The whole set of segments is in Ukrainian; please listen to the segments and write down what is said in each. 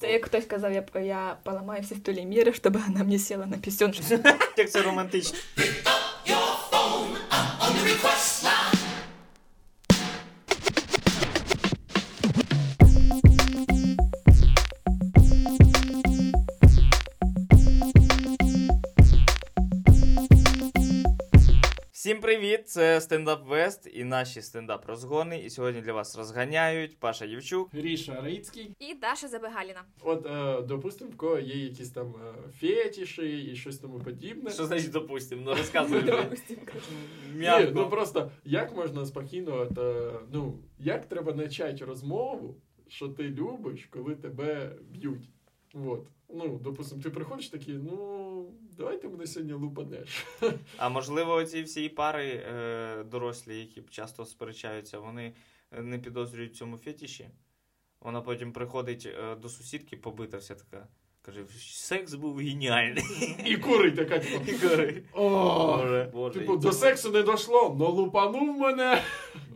Це як хтось казав, я, я поламаю всі столі міри, щоб вона мені сіла на пісюн. Як це романтично. Всім привіт! Це стендап Вест і наші стендап розгони. І сьогодні для вас розганяють Паша Євчук. Гріша Рицький. І Даша Забегаліна. От, е, допустимо, в кого є якісь там е, фетіші і щось тому подібне. Що значить допустимо? Ну розказуй. вже. ну, Ні, ну М'яко. просто як можна спокійно, от, е, ну як треба почати розмову, що ти любиш, коли тебе б'ють. От. Ну, допустимо, ти приходиш такий, ну давай ти мене сьогодні лупанеш. А можливо, ці всі пари е, дорослі, які часто сперечаються, вони не підозрюють в цьому фетіші. Вона потім приходить е, до сусідки, побита вся така. Каже, секс був геніальний. І курить така, типу, І курить. о, Боже, Боже, типу, до сексу не дійшло, но лупанув мене.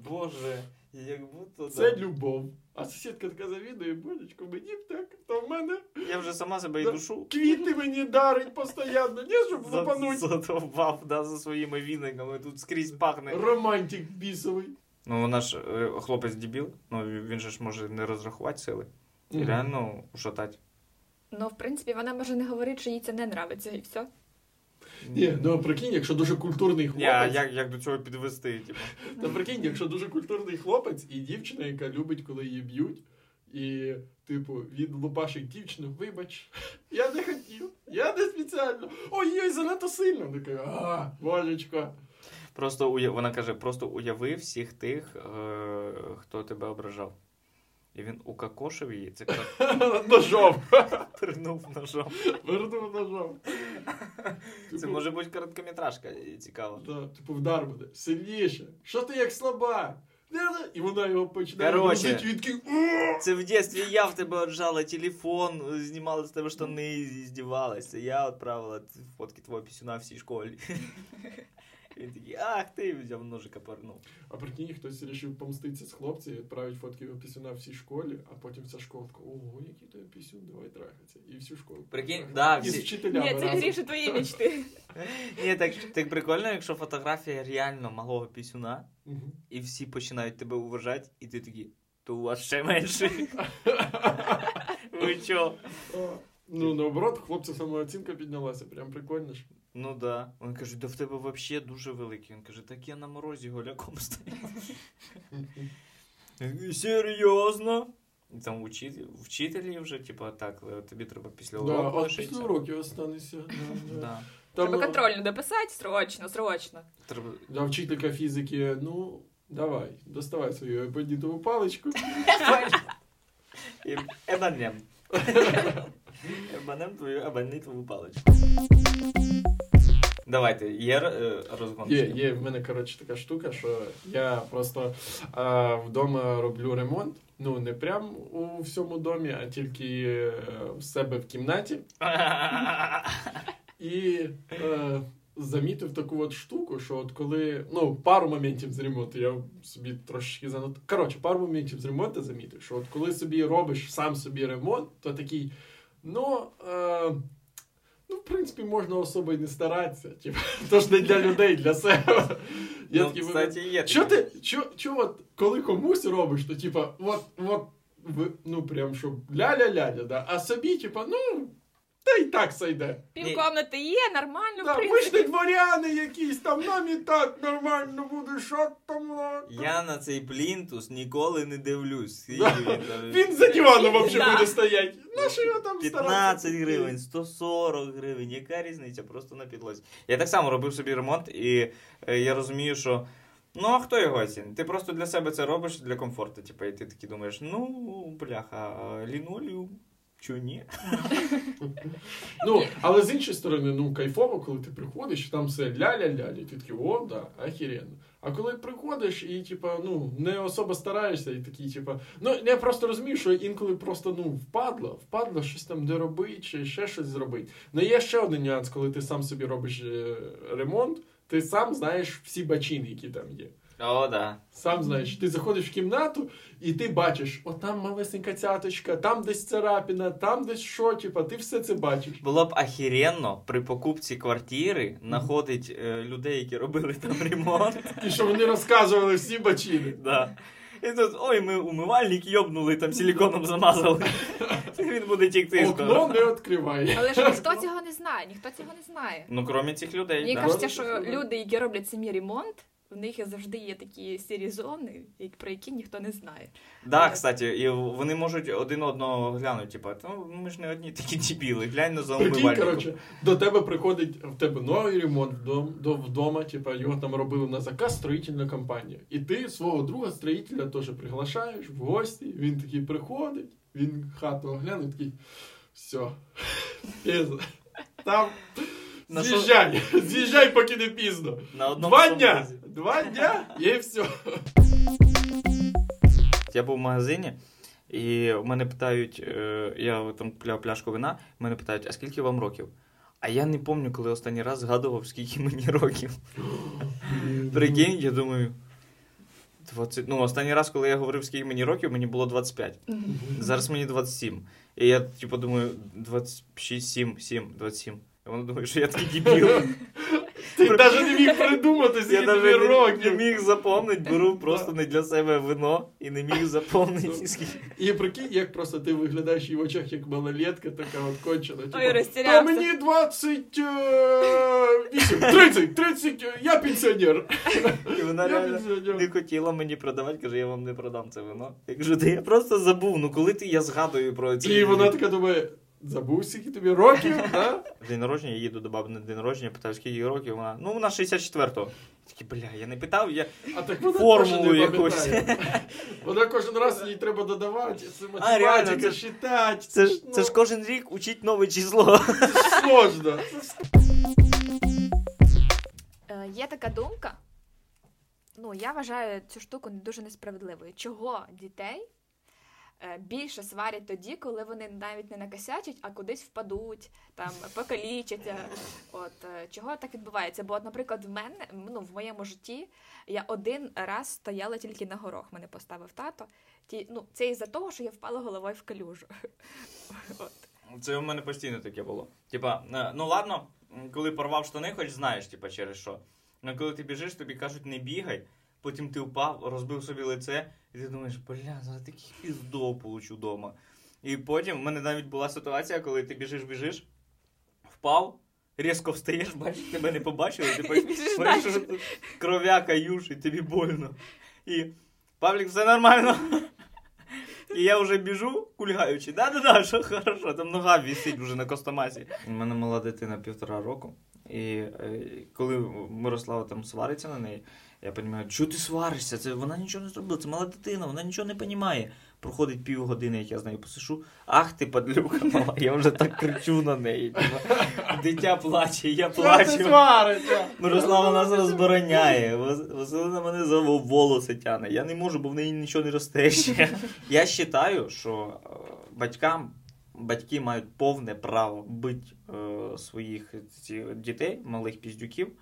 Боже, як будто Це Ну, да. любов. А сусідка така завідує, божечко, мені б так, то в мене Я вже сама себе і Да. душу. Квіти мені дарить постійно, ні, щоб за- лупануть. Задовбав да, за своїми віниками, тут скрізь пахне. Романтик бісовий. Ну, вона ж е, хлопець дебіл, ну він же ж може не розрахувати сили. І реально ушатати. Ну, в принципі, вона може не говорити, що їй це не нравиться, і все. Ні, ну а прикинь, якщо дуже культурний Ні, а хлопець. як, як до цього підвести? Типу? Та прикинь, якщо дуже культурний хлопець і дівчина, яка любить, коли її б'ють, і, типу, він лупашить дівчину, вибач, я не хотів, я не спеціально. Ой-ой, занадто сильно. Вона Така, а, божечко. Просто уя... вона каже: просто уяви всіх тих, е... хто тебе ображав. І він укакошив її, це кра- Ножом. пирнув ножом. Вернув ножом. Це Типу, може бути короткометражка, і цікаво. Да, типу вдар буде. Сильніше. Що ти як слаба? Не-не. І вона його починає Короче. грузити, він такий, Це в дітстві я в тебе отжала телефон, е, знімала з тебе штани і здівалася. Я відправила фотки твого пісюна всій школі. І Він такий, ах ти взяв ножика порнув. А прикинь, хтось вирішив помститися з хлопців, відправить фотки його пісюна всій школі, а потім вся школка. Ого, який тебе пісюн, давай трахатися. І всю школу. Прикинь, потрахати. да, І з всі- вчителями разом. твої мечти. Ні, так, так прикольно, якщо фотографія реально малого пісюна, Мгм. і всі починають тебе уважати, і ти такий, то у вас ще менше. Ви чо? А, Ну, наоборот, хлопця самооцінка піднялася, прям прикольно ж. Ну да. Він каже, да в тебе взагалі дуже великий. Він каже, так я на морозі голяком стою. Я говорю, Серйозно? І Там учитель, вчителі вже, типу, так, Лео, тобі треба після Да, уроку а лишитися». після уроків останеться. да, да. Да. Там, Треба ну, контрольно дописати срочно, срочно. Треба... Да, вчителька фізики, ну, давай, доставай свою бандитову паличку. І Ебанем. Ебанем твою ебанитову паличку. Давайте, є е, розгон. Є, є в мене коротше така штука, що я просто е, вдома роблю ремонт. Ну не прям у всьому домі, а тільки е, в себе в кімнаті. І е, замітив таку от штуку, що от коли ну пару моментів з ремонту, я собі трошечки занот... Коротше, пару моментів з ремонту замітив, що от коли собі робиш сам собі ремонт, то такий, ну. Е, Ну, в принципі, можна особо й не старатися. Типу, то ж не для людей, для себе. Я Ну, такий, кстати, є. Чо таке. ти, чо, чо от, коли комусь робиш, то типа, от, от, ви- ну прям щоб ля-ля-ля, да, а собі, типа, ну, та й так сойде. Півкомнати є, нормально, Ну, в да, ми ж не принципі. дворяни якісь, там нам і так нормально буде, що там. ну, а, Я на цей плінтус ніколи не дивлюсь. Скільки Да. він там? Він за диваном Да. взагалі буде стоять. На що його там 15 гривень, 140 гривень. Яка різниця? Просто на підлозі. Я так само робив собі ремонт, і е, я розумію, що. Ну, а хто його оцінить? Ти просто для себе це робиш для комфорту. Типу, і ти такий думаєш, ну, бляха, лінолеум, чо ні? Ну, але з іншої сторони, ну кайфово, коли ти приходиш, там все ля-ля-ля, і ти такий, о, да, ахіренно. А коли приходиш і типа, ну, не особо стараєшся, і такий, типа, ну я просто розумію, що інколи просто ну впадло, впадло щось там де робити, чи ще щось зробити. Ну є ще один нюанс, коли ти сам собі робиш е, ремонт, ти сам знаєш всі бачини, які там є. О, да. Сам знаєш, ти заходиш в кімнату і ти бачиш, о, там малесенька цяточка, там десь царапіна, там десь що, типа, ти все це бачиш. Було б ахіренно при покупці квартири знаходить е, людей, які робили там ремонт. І що вони розказували всі бачили. да. І тут, ой, ми умивальник йобнули, там силіконом замазали. Він буде тікти. Окно скоро. не відкриває. Але ж ніхто цього не знає, ніхто цього не знає. Ну, крім цих людей, Мені да. кажеться, Просто що супер. люди, які роблять самі ремонт, в них завжди є такі сірі зони, як- про які ніхто не знає. Да, кстати, і вони можуть один одного глянути, типа, ну ми ж не одні такі дебіли, глянь на Прикинь, заумивальнику. коротше, до тебе приходить в тебе новий ремонт вдом- до- вдома, типа його там робили на заказ строїтельна компанія. І ти свого друга строїтеля теж приглашаєш в гості. Він такий приходить, він хату оглянув, такий. Все. пізно. Там. На що- З'їжджай, з'їжджай, поки не пізно. На одному Два самому дня! разі. Два дня і все. Я був в магазині, і в мене питають, е, я там купляв пляшку вина, мене питають, а скільки вам років? А я не пам'ятаю, коли останній раз згадував, скільки мені років. Прикинь, я думаю. 20... Ну, останній раз, коли я говорив, скільки мені років, мені було 25. Зараз мені 27. І я, типу, думаю, 26, 7, 7, 27. І воно думає, що я такий дебіл. Ти навіть не міг придумати, Я скільки тобі навіть не, не років. міг запомнити, беру просто не для себе вино і не міг запомнити, скільки. І прикинь, як просто ти виглядаєш її в очах як малолетка, така от кончена. типу, Ой, Та розтірявся. мені е, 28, 30, 30, е, я пенсіонер. І вона Я реально не пенсіонер. хотіла мені продавати, каже, я вам не продам це вино. Я кажу, та я просто забув. Ну коли ти я згадую про це. І вона така думає, забув скільки тобі років, да? День народження, я їду до баби на день народження, питаю, скільки їй років. Вона, ну вона 64-го. Такі, бля, я не питав, я. А так вона Формулу теж не якусь. пам'ятає. Вона кожен раз їй треба додавати, це реально, це математика, ж- читати. Це ж, ну, це ж кожен рік учить нове число. сложно. Е, Є така думка. Ну, я вважаю цю штуку дуже несправедливою. Чого дітей е, більше сварять тоді, коли вони навіть не накосячать, а кудись впадуть, там покалічаться. От е, чого так відбувається? Бо, от, наприклад, в мене ну, в моєму житті я один раз стояла тільки на горох, мене поставив тато. Ті, ну, це із-за того, що я впала головою в калюжу. От. Ну, Це у мене постійно таке було. Типа, е, ну ладно, м, коли порвав штани, хоч знаєш, типа, через що. Ну коли ти біжиш, тобі кажуть, не бігай, потім ти впав, розбив собі лице, і ти думаєш, бля, за такий піздо получу вдома. І потім в мене навіть була ситуація, коли ти біжиш, біжиш, впав, різко встаєш, бачиш, тебе не побачили, ти І біжиш бачиш, далі. що тут кров'яка юш, і тобі больно. І Павлік, все нормально. І я вже біжу, кульгаючи. Да-да-да, що хорошо, там нога висить вже на костомасі. У мене мала дитина півтора року. І е, коли Мирослава там свариться на неї, я розумію, чого ти сваришся? Це вона нічого не зробила, це мала дитина, вона нічого не розуміє. Проходить півгодини, як я з нею посишу. Ах ти падлюка мала, я вже так кричу на неї. типа. Дитя плаче, я плачу. свариться? Мирослава нас розбороняє. Вас- Василина мене за волоси тяне. Я не можу, бо в неї нічого не росте ще. Я вважаю, що е, батькам. Батьки мають повне право бити е, своїх ці, дітей, малих піздюків,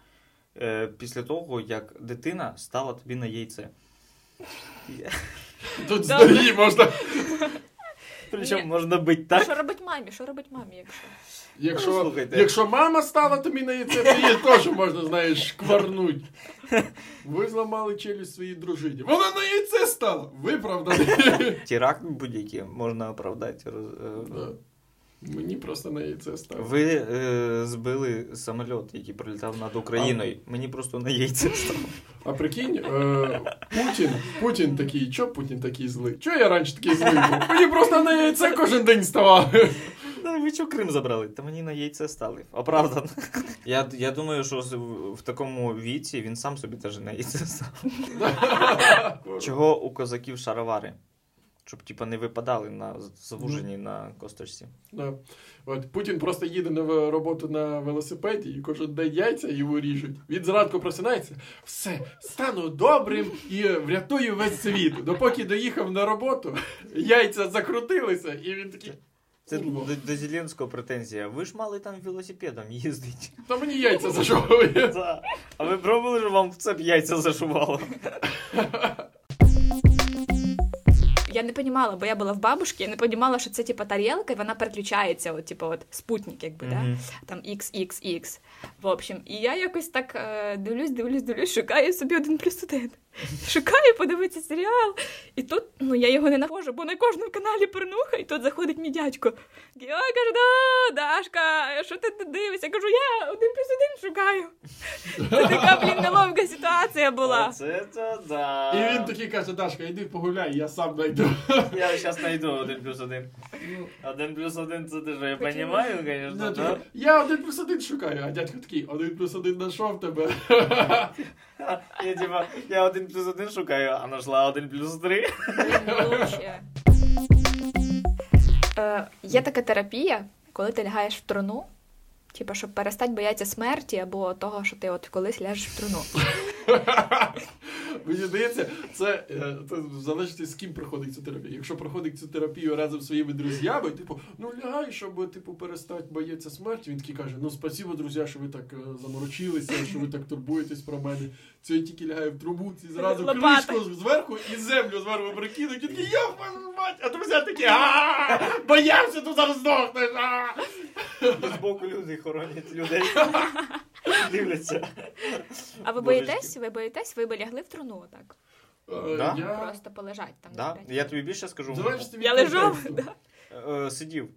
е, після того, як дитина стала тобі на яйце. Тут здалі можна Причому Ні. можна бити А так, Що робить мамі? Що робить мамі, якщо? Якщо, Ну, слухайте. якщо мама стала тобі на яйце, то її теж можна, знаєш, шкварнуть. Ви зламали челюсть своїй дружині. Вона на яйце стала! Виправдали. теракт будь-який можна оправдати. роз- е, Да. Мені просто на яйце стало. Ви е, збили самоліт, який пролітав над Україною. Мені просто на яйце стало. А прикинь, е, Путін, Путін такий, чо Путін такий злий? Чо я раніше такий злий був? Мені просто на яйце кожен день ставали. Та Ну, ви чого Крим забрали? Та мені на яйце стали. Оправдано. Я, я думаю, що з- в такому віці він сам собі теж на яйце став. Чого у козаків шаровари? Щоб типа не випадали на завужені на косточці. Да. От Путін просто їде на ве- роботу на велосипеді і кожен день яйця йому ріжуть. Він зранку просинається. Все, стану добрим і врятую весь світ. Допоки доїхав на роботу, яйця закрутилися, і він такий. Це Курва. до, до Зеленського претензія. Ви ж мали там велосипедом їздити. Та мені яйця зажовує. Да. А ви пробували, що вам в цеп яйця зашувало? Я не розуміла, бо я була в бабушці, я не розуміла, що це типу тарілка, і вона переключається, от, типу, от спутник, якби, да? Мгм. там XXX. В общем, і я якось так е, дивлюсь, дивлюсь, дивлюсь, шукаю собі один плюс один. Шукаю подивитися серіал. І тут ну я його не нахожу, бо на кожному каналі порнуха, і тут заходить мій дядько. Я кажу, да, Дашка, що ти тут дивишся? Я кажу, я один плюс один шукаю. Це така, блін, неловка ситуація була. Оце то да. І він такий каже: Дашка, йди погуляй, я сам найду. Я зараз знайду один плюс один. Один плюс один це ти ж Ну, я Почему? розумію, звісно, Ну, да? типу, Я один плюс один шукаю, а дядько такий, один плюс один знайшов тебе. Я типа, я один плюс один шукаю, а знайшла один плюс три. Е, Є така терапія, коли ти лягаєш в труну, типу, щоб перестати боятися смерті або того, що ти от колись ляжеш в труну. Мені здається, це, е, це залежить з ким проходить цю терапію. Якщо проходить цю терапію разом зі своїми друзями, типу, ну лягай, щоб типу перестати боятися смерті. Він такий каже: Ну спасибо, друзі, що ви так е, заморочилися, що ви так турбуєтесь про мене. Це я тільки лягаю в трубу, ці зразу Лопата. кришку зверху і землю зверху прикинуть. І такий, я вашу мать, а друзі такі, а боявся, тут зараз здохнеш. а!» Збоку люди хоронять людей. Дивляться. А ви Божечки. боїтесь? Ви боїтесь? Ви би лягли в труну отак. Е, Да? Я Просто полежать там. Да? блядь. Я тобі більше скажу. Залежить від Я лежу, контексту. да. Е, Сидів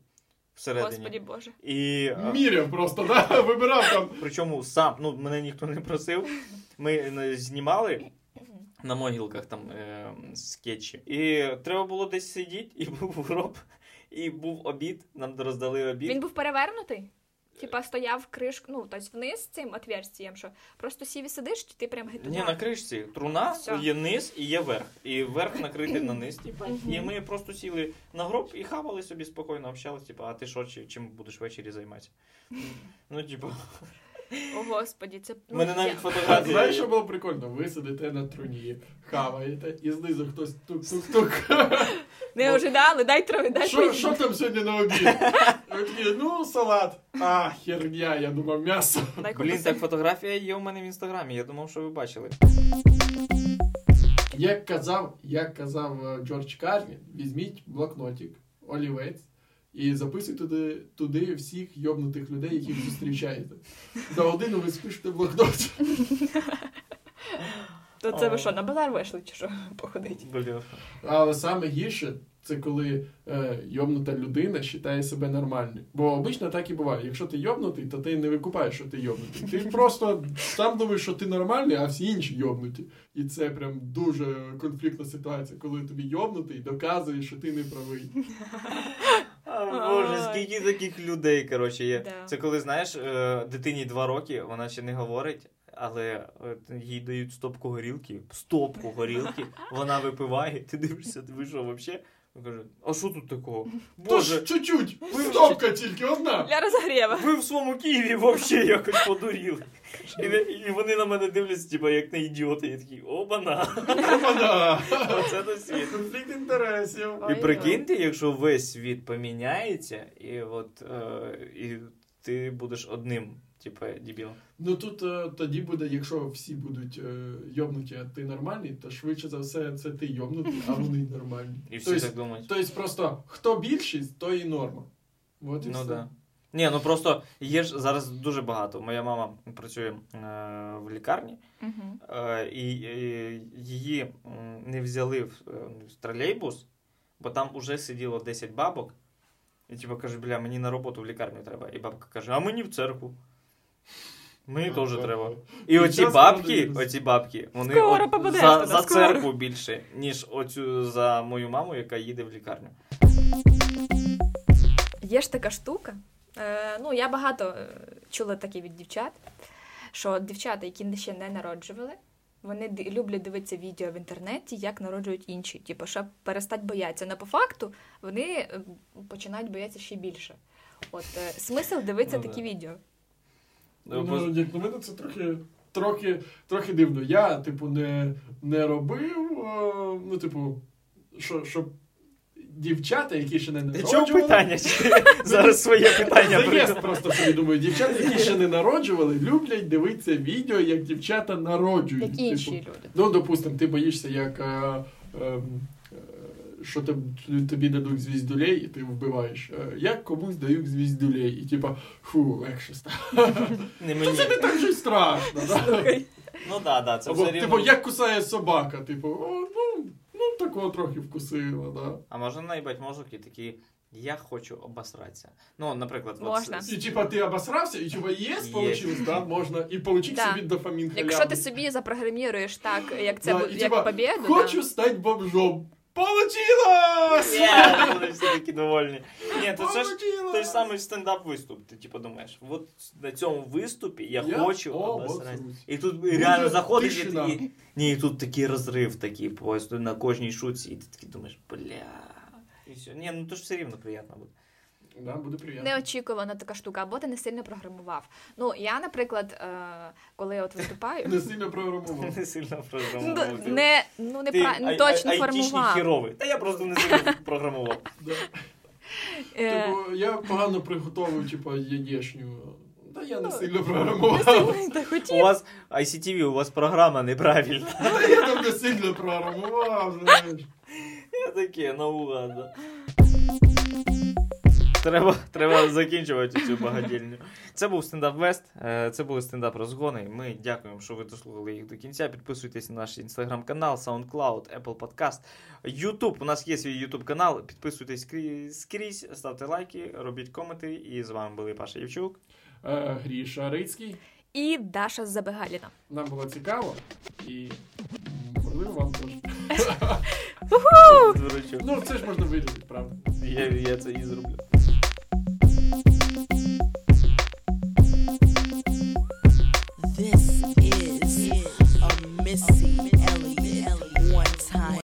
всередині. Господі Боже. І е, Міряв просто, да? вибирав там. Причому сам, ну мене ніхто не просив. Ми е, знімали на могілках там е, скетчі. І треба було десь сидіти, і був гроб, і був обід. Нам роздали обід. Він був перевернутий? Типа стояв кришку, ну, тобто вниз цим отверстієм, що просто сів і сидиш, чи ти прям Ні, на гетуна. кришці труна, Всьо. є низ і є верх. І верх накритий на низ, типа. Мгм. І ми просто сіли на гроб і хавали собі спокійно, общались, типа, а ти що, чи- чим будеш ввечері займатися? Ну, типа, О, Господі, це ну, в мене я- навіть А фотографії. знаєш, що було прикольно? Ви сидите на труні, хаваєте, і знизу хтось тук-тук-тук. не Ну, ожидали, дай трави, дай Що, трави. що там сьогодні на обід? Ви такі, ну, салат. А, херня, я думав, м'ясо. Дай Блін, кокоси. так фотографія є у мене в інстаграмі. Я думав, що ви бачили. Як казав, як казав е, Джордж Карлін, візьміть блокнотик, олівець. І записуй туди, туди всіх йобнутих людей, яких зустрічаєте. За годину ви спишете блокнот. То це ви що, на базар вийшли чи що походить? Блін. Але саме гірше це коли е, йобнута людина вважає себе нормальним. Бо обично так і буває. Якщо ти йобнутий, то ти не викупаєш, що ти йобнутий. Ти просто сам думаєш, що ти нормальний, а всі інші йобнуті. І це прям дуже конфліктна ситуація, коли тобі йобнутий доказує, що ти не правий. А, Боже, Ой. скільки таких людей, коротше, є. Да. Це коли, знаєш, е, дитині два роки, вона ще не говорить, але е, їй дають стопку горілки, стопку горілки, вона випиває, ти дивишся, ви що вообще? Вона каже, а що тут такого? Тож Боже, чуть-чуть, стопка тільки одна. Для розгрєва. ви в своєму Києві вообще якось подуріли. І, не- і вони на мене дивляться, типа, як на ідіоти. Я такий, обана, Вона. оце то світ. Конфлікт інтересів. І Ой, прикиньте, якщо весь світ поміняється, і от е, і ти будеш одним, типу, дебілом. Ну тут е, тоді буде, якщо всі будуть е, йобнуті, а ти нормальний, то швидше за все це ти йобнутий, а вони нормальні. І всі Тобто, так думають. тобто просто хто більшість, то і норма. От і Ну тобто все. да. Ні, ну просто є ж зараз дуже багато. Моя мама працює е, в лікарні, Мгм. е, і, е, її м, не взяли в, е, в тролейбус, бо там уже сиділо 10 бабок. І типу каже, бля, мені на роботу в лікарню треба. І бабка каже, а мені в церкву. Мені Ну, теж треба. І Під оці час бабки, коронавірусу. оці бабки, вони Скоро от попадеш за, туди, за скоро. церкву більше, ніж оцю за мою маму, яка їде в лікарню. Є ж така штука. Е, ну, я багато е, чула такі від дівчат, що дівчата, які ще не народжували, вони ди- люблять дивитися відео в інтернеті, як народжують інші. Типу, щоб перестать боятися. На по факту вони е, починають боятися ще більше. От е, смисл дивитися Ну, такі да. відео. Ну, як на мене, це трохи. Трохи, трохи дивно. Я, типу, не, не робив. е, ну, типу, що, щоб дівчата, які ще не Для чого народжували. питання? Чи Зараз своє питання Заєст прийде. просто собі думаю, дівчата, які ще не народжували, люблять дивитися відео, як дівчата народжують. Як Типу, інші люди. Ну, допустим, ти боїшся, як е, ем, е, що там тобі дадуть звіздюлей, і ти вбиваєш. Е, Як комусь дають звіздюлей, і типа, фу, легше стало. Не Ну, мені. Це не так же й страшно. Да? Ну да, да, це Або, все типу, рівно. як кусає собака, типу, о, ну, ну такого трохи вкусила, да. А можна наїбать мозок і такі. Я хочу обосратися. Ну, наприклад, от Можна. з- І типа ти обосрався, і типа єс, Є. получилось, да, можна, і получив Да. собі дофамін халявний. Якщо ти собі запрограміруєш так, як це Да, бу- Ну, і, як типа, побєду, Хочу стати бомжом. Получилось! ну, Є, вони всі такі довольні. Ні, то це ж Получилось! той ж самий стендап виступ. Ти типу думаєш, от на цьому виступі я, Я хочу обосратися. обосрусь. І тут реально заходиш і, тишина. і, ні, і тут такий розрив, такий просто на кожній шутці, і ти такий думаєш, бля. І все. Ні, ну то ж все рівно приємно буде. Да, буде приємно. неочікувана така штука, або ти не сильно програмував. Ну я, наприклад, е, коли от виступаю, Не сильно програмував. Не сильно Ну, програмував. не ну не Ти пра- не ай- точно ай- айтішний формував. хіровий. Та я просто не сильно програмував. Да. Е, Типу, я погано приготовив, типу, яєчню. Та я не Ну, сильно не програмував. сильно та хотів. У вас ICTV, у вас програма неправильна. Та я там не сильно програмував, знаєш. Я таке, ну ладно. Треба, треба закінчувати цю багадільню. Це був стендап Вест, е, це були стендап розгони. Ми дякуємо, що ви дослухали їх до кінця. Підписуйтесь на наш інстаграм-канал, SoundCloud, Apple Podcast, YouTube. У нас є свій YouTube канал. Підписуйтесь скрі- скрізь, ставте лайки, робіть коменти. І з вами були Паша Євчук. Е, Гріша Рицький. І Даша Забегаліна. Нам було цікаво. І можливо вам теж. Дворучук. Ну, це ж можна вирізати, правда. Я, я це і зроблю.